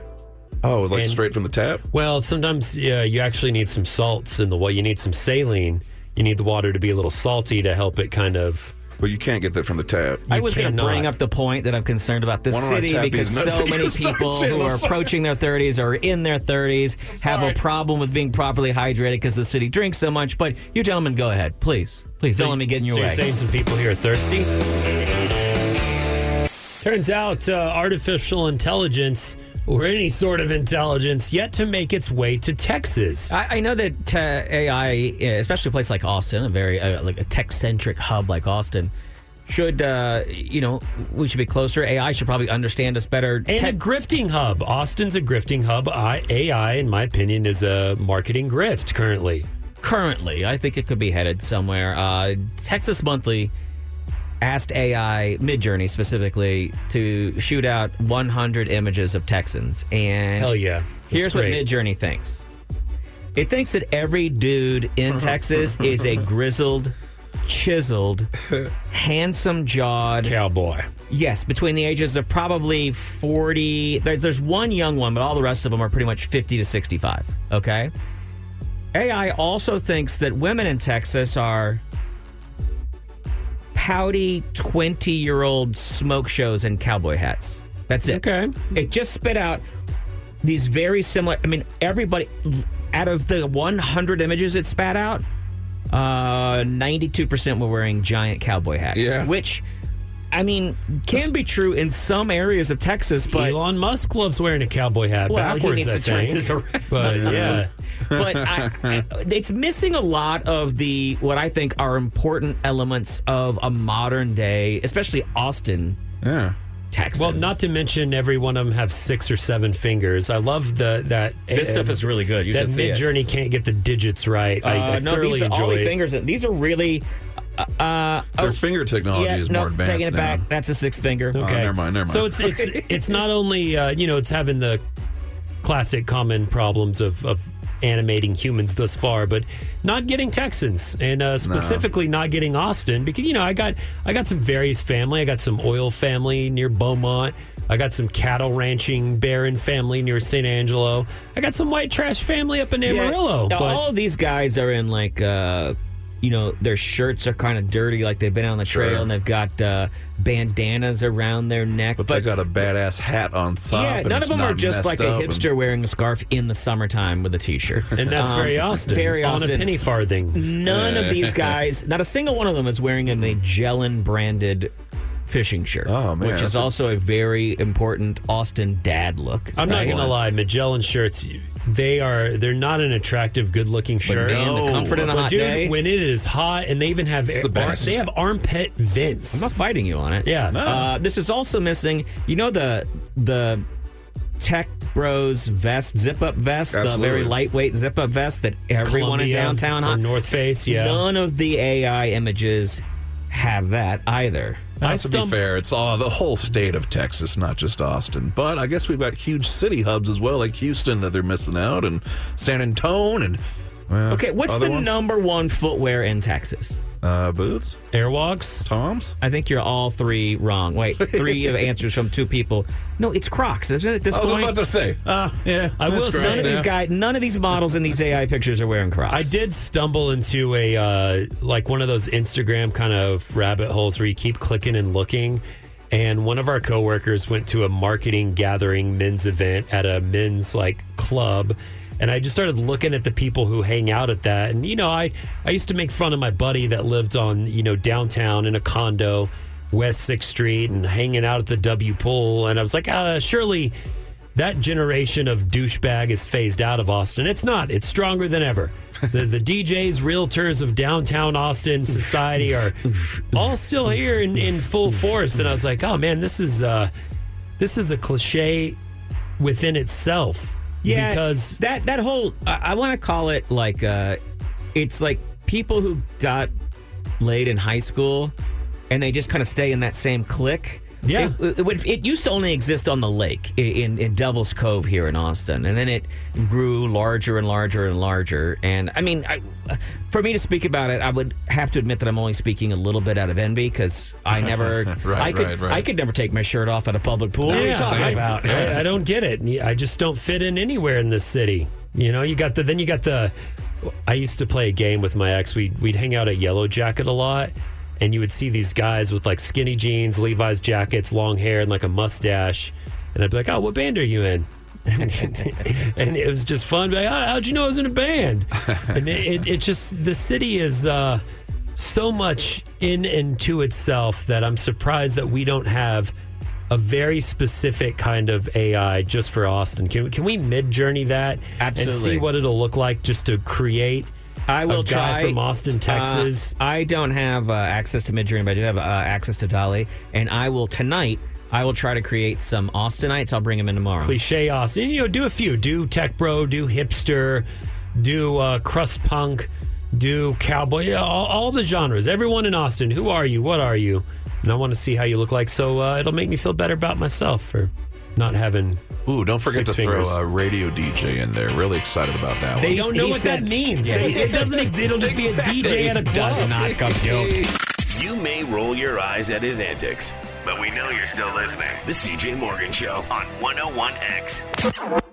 Oh, like
And-
straight from the tap.
Well, sometimes yeah, you actually need some salts in the water. You need some saline. You need the water to be a little salty to help it kind of.
But you can't get that from the tap.
I was going to
cannot.
bring up the point that I'm concerned about this
Why don't I
city
tap
because
these nuts
so many
against our
people
chin?
who
I'm
are
sorry.
approaching their 30s or in their 30s have a problem with being properly hydrated because the city drinks so much. But you gentlemen, go ahead, please, please don't let me get in your
so
way.
You're saying some people here are thirsty. Turns out, uh, artificial intelligence or any sort of intelligence yet to make its way to Texas.
I, I know that uh, AI, uh, especially a place like Austin, a very uh, like a tech-centric hub like Austin, should uh, you know we should be closer. AI should probably understand us better.
And
Tech-
a grifting hub. Austin's a grifting hub. I, AI, in my opinion, is a marketing grift currently.
currently, I think it could be headed somewhere. Uh, Texas Monthly asked AI Midjourney specifically to shoot out 100 images of Texans, and
Hell yeah. That's
Here's what
great.
Midjourney thinks. It thinks that every dude in Texas is a grizzled, chiseled, handsome jawed.
Cowboy.
Yes, between the ages of probably 40. There's, there's one young one, but all the rest of them are pretty much 50 to 65. Okay. AI also thinks that women in Texas are pouty 20 year old smoke shows and cowboy hats. That's it.
Okay.
It just spit out these very similar. I mean, everybody out of the 100 images it spat out, uh, 92% were wearing giant cowboy hats.
Yeah.
Which, I mean, can be true in some areas of Texas, but
Elon Musk loves wearing a cowboy hat
well,
backwards.
he needs
I
to turn
think.
his around.
But uh, yeah,
but I, I- it's missing a lot of the what I think are important elements of a modern day, especially Austin,
Yeah.
Texas.
well, not to mention every one of them have six or seven fingers. I love the that um,
This stuff is really good. You
that
should see it.
Midjourney can't get the digits right. I, I
Uh, no,
thoroughly
these are
enjoy
all the
it.
fingers. that- These are really. Uh,
Their finger technology
yeah,
is
no,
more advanced
taking it
now.
back. That's a six finger.
Oh, never mind. Never mind.
So it's it's it's not only uh, you know it's having the classic common problems of of animating humans thus far, but not getting Texans and uh, specifically not getting Austin because you know I got I got some various family. I got some oil family near Beaumont. I got some cattle ranching Baron family near St. Angelo. I got some white trash family up in Amarillo.
Now,
but
all of these guys are in like, uh, you know, their shirts are kind of dirty, like they've been on the trail
Sure.
and they've got uh, bandanas around their neck.
but, they got a badass hat on top.
yeah,
and
none
it's
of them are
not
just
messed
like a
up and-
hipster wearing a scarf in the summertime with a t-shirt.
and that's
Um,
very Austin.
Very Austin.
On a penny farthing.
None of these guys, not a single one of them, is wearing a Magellan branded fishing shirt.
Oh, man,
which
that's
is
a-
also a very important Austin dad look.
I'm not
right?
gonna lie, Magellan shirts. They are they're not an attractive, good looking shirt.
Man, the
No.
comfort in a
But
hot
dude,
day.
when it is hot, and they even have air,
the best.
they have armpit vents.
I'm not fighting you on it.
yeah,
Uh, this is also missing. You know the the tech bros vest, zip up vest, the
Absolutely.
very lightweight zip up vest that everyone
Columbia
in downtown.
or
hot-
North Face. Yeah,
None of the AI images have that either.
I
Now, to
stumb-
be fair, it's all the whole state of Texas, not just Austin. But I guess we've got huge city hubs as well, like Houston, that they're missing out, and San Antone, and well,
Okay, what's
other
the
ones?
number one footwear in Texas?
Uh, boots,
Airwalks.
Toms.
I think you're all three wrong. Wait, three of answers from two people. No, it's Crocs, isn't it? At this
I was
point,
about to say. Uh, yeah,
I will
that's
say-
none
gross
of these
now.
guys, none of these models in these AI pictures are wearing Crocs.
I did stumble into a uh, like one of those Instagram kind of rabbit holes where you keep clicking and looking. And one of our coworkers went to a marketing gathering men's event at a men's like club, And I just started looking at the people who hang out at that. And, you know, I, I used to make fun of my buddy that lived on, you know, downtown in a condo, West 6th Street, and hanging out at the W pool. And I was like, uh, surely that generation of douchebag is phased out of Austin. It's not, it's stronger than ever. The, the DJs, realtors of downtown Austin society are all still here in, in full force. And I was like, oh man, this is uh, this is a cliche within itself.
Yeah,
because
that that whole I, I want to call it like uh, it's like people who got laid in high school and they just kind of stay in that same clique.
Yeah.
it, it, would- it used to only exist on the lake i- in in Devil's Cove here in Austin, and then it grew larger and larger and larger. And I mean, I, for me to speak about it, I would have to admit that I'm only speaking a little bit out of envy because I never,
Right,
I could,
right, right.
I could never take my shirt off at a public pool. What are you
Yeah,
talking
I,
about?
I, I don't get it. I just don't fit in anywhere in this city. You know, you got the then you got the. I used to play a game with my ex. We'd we'd hang out at Yellow Jacket a lot, and you would see these guys with like skinny jeans, Levi's jackets, long hair, and like a mustache, and I'd be like, "Oh, what band are you in?" and it was just fun. Like, "Oh, how'd you know I was in a band? And it, it, it just the city is uh, so much in and to itself that I'm surprised that we don't have a very specific kind of AI just for Austin. Can can we mid journey that and
Absolutely.
see what it'll look like just to create?
I will
a guy
try
from Austin,
Uh,
Texas.
I don't have uh, access to Midjourney, but I do have uh, access to Dolly, and I will tonight. I will try to create some Austinites. I'll bring them in tomorrow.
cliche Austin. You know, do a few. Do tech bro. Do hipster. Do uh, crust punk. Do cowboy. yeah, All, all the genres. Everyone in Austin. Who are you? What are you? And I want to see how you look like. So uh, it'll make me feel better about myself for not having.
Ooh, don't forget
six
to
fingers.
throw a radio DJ in there. Really excited about that
They
one.
don't know what that means.
Yeah,
They-
he
it
said-
doesn't exist. It'll just be a DJ at a club.
You may roll your eyes at his oh antics, but we know you're still listening. The CJ Morgan Show on 101X.